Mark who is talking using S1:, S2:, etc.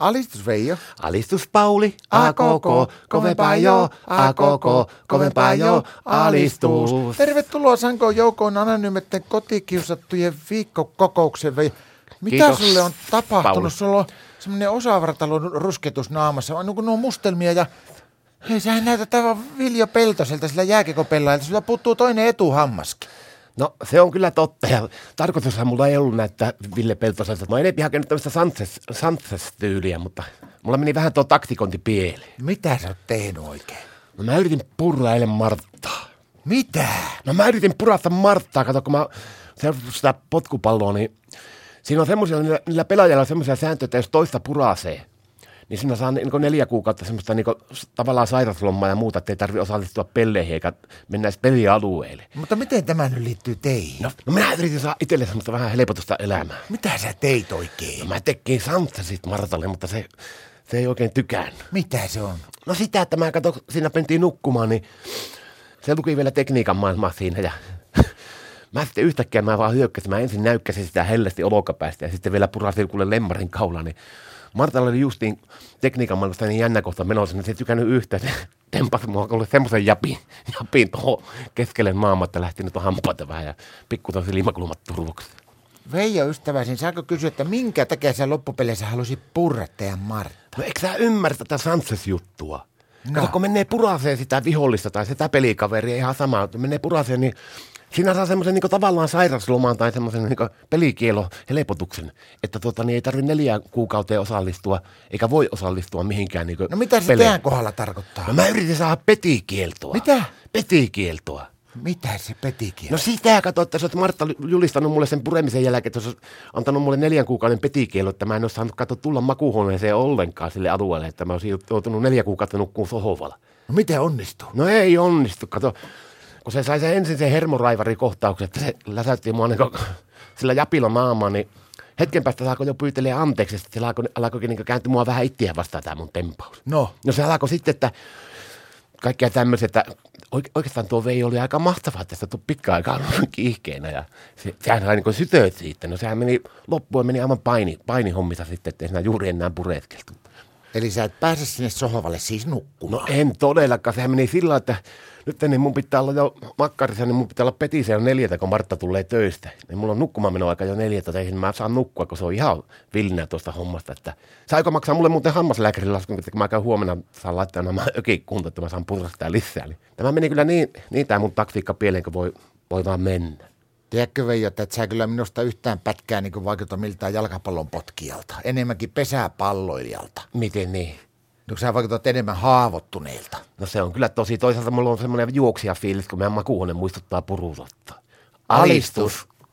S1: Alistus Veijo.
S2: Alistus Pauli, a koko, kovempaa jo, a koko, kovempaa jo, alistus.
S1: Tervetuloa Sanko Joukoon anonyymetten kotikiusattujen viikkokokouksen Veijo. Mitä
S2: Kiitos,
S1: sulle on tapahtunut?
S2: Pauli.
S1: Sulla on semmoinen osavartalon rusketus naamassa. On niinku nuo mustelmia ja... Hei, sähän näytät aivan Viljo Peltoselta sillä jääkikopelailta. Sulla puuttuu toinen etuhammaskin.
S2: No se on kyllä totta ja tarkoitushan mulla ei ollut näyttää Ville Peltoselta. Mä oon enempi hakenut tämmöistä Sanchez, Sanchez-tyyliä, mutta mulla meni vähän tuo taktikointi pieleen.
S1: Mitä sä oot tehnyt oikein?
S2: No mä yritin purra eilen Marttaa.
S1: Mitä?
S2: No mä yritin purata Marttaa, kato kun mä seurasin sitä potkupalloa, niin siinä on semmoisia, niillä, niillä pelaajilla on semmoisia sääntöjä, että jos toista purasee, niin siinä saa niin neljä kuukautta semmoista niin tavallaan sairauslommaa ja muuta, että ei tarvitse osallistua pelleihin eikä mennä edes pelialueelle.
S1: Mutta miten tämä nyt liittyy teihin?
S2: No, no minä yritin saada itselle semmoista vähän helpotusta elämää.
S1: Mitä sä teit oikein?
S2: No mä tekin Santasit Martalle, mutta se, se ei oikein tykännyt.
S1: Mitä se on?
S2: No sitä, että mä kato, siinä mentiin nukkumaan, niin se luki vielä tekniikan maailmaa siinä ja mä sitten yhtäkkiä mä vaan hyökkäsin. Mä ensin näykkäsin sitä hellesti olokapäästä ja sitten vielä purasin kuule lemmarin kaulaa, niin Martalla oli justiin tekniikan maailmasta niin jännä kohta menossa, niin se ei tykännyt yhtään. Se Tempasi mua kuule semmoisen japin, japin tuohon keskelle maamatta lähti nyt hampaita vähän ja pikku tosi limakulmat turvoksi.
S1: Veijo ystäväsi, niin saanko kysyä, että minkä takia sä loppupeleissä halusit purra teidän Martta?
S2: No eikö sä ymmärrä tätä Sanchez-juttua?
S1: No.
S2: No. Kato, kun menee puraseen sitä vihollista tai sitä pelikaveria, ihan sama, kun menee puraseen, niin siinä saa semmoisen niin tavallaan sairasloman tai semmoisen niin pelikielon helpotuksen, että tota, niin ei tarvitse neljään kuukauteen osallistua, eikä voi osallistua mihinkään niin
S1: No mitä se teidän kohdalla tarkoittaa?
S2: No mä yritin saada petikieltoa.
S1: Mitä?
S2: Petikieltoa.
S1: Mitä se petikin?
S2: No sitä kato, että sä oot Martta julistanut mulle sen puremisen jälkeen, että sä oot antanut mulle neljän kuukauden petikielon, että mä en ole saanut kato tulla makuuhuoneeseen ollenkaan sille alueelle, että mä olisin joutunut neljä kuukautta nukkuun sohovalla.
S1: No miten onnistuu?
S2: No ei onnistu, kato. Kun se sai sen ensin sen hermoraivarikohtauksen, että se läsäytti mua niin sillä japilla naamaan, niin hetken päästä saako jo pyytelee anteeksi, että se alkoi, alkoikin niin kääntyä mua vähän ittiä vastaan tämä mun tempaus.
S1: No,
S2: No se alkoi sitten, että kaikkea tämmöistä, että oike- oikeastaan tuo vei oli aika mahtavaa, että sitä pitkään aikaa ollut kiihkeenä ja se, sehän sai niin sytöt siitä. No sehän meni, loppuun meni aivan paini, painihommissa sitten, ettei siinä juuri enää puretkeltu.
S1: eli sä et pääse sinne sohvalle siis nukkumaan.
S2: No en todellakaan, sehän meni sillä lailla, että nyt niin mun pitää olla jo makkarissa, niin mun pitää olla petissä jo neljätä, kun Martta tulee töistä. Niin mulla on nukkumaan menoaika jo neljätä, tai mä saan nukkua, kun se on ihan villinä tuosta hommasta. Että, saiko maksaa mulle muuten hammaslääkärin laskun, että kun mä käyn huomenna, saan laittaa nämä ökikuntoon, että mä saan purrastaa lisää. Eli tämä meni kyllä niin, niin tämä mun taktiikka pieleen, kun voi, voi vaan mennä.
S1: Tiedätkö Veijo, että et sä kyllä minusta yhtään pätkää niin vaikuta miltään jalkapallon potkijalta. Enemmänkin pesäpalloilijalta.
S2: Miten niin?
S1: No sä vaikutat enemmän haavoittuneilta.
S2: No se on kyllä tosi. Toisaalta mulla on semmoinen juoksija fiilis, kun meidän makuuhone muistuttaa purusotta.
S1: Alistus.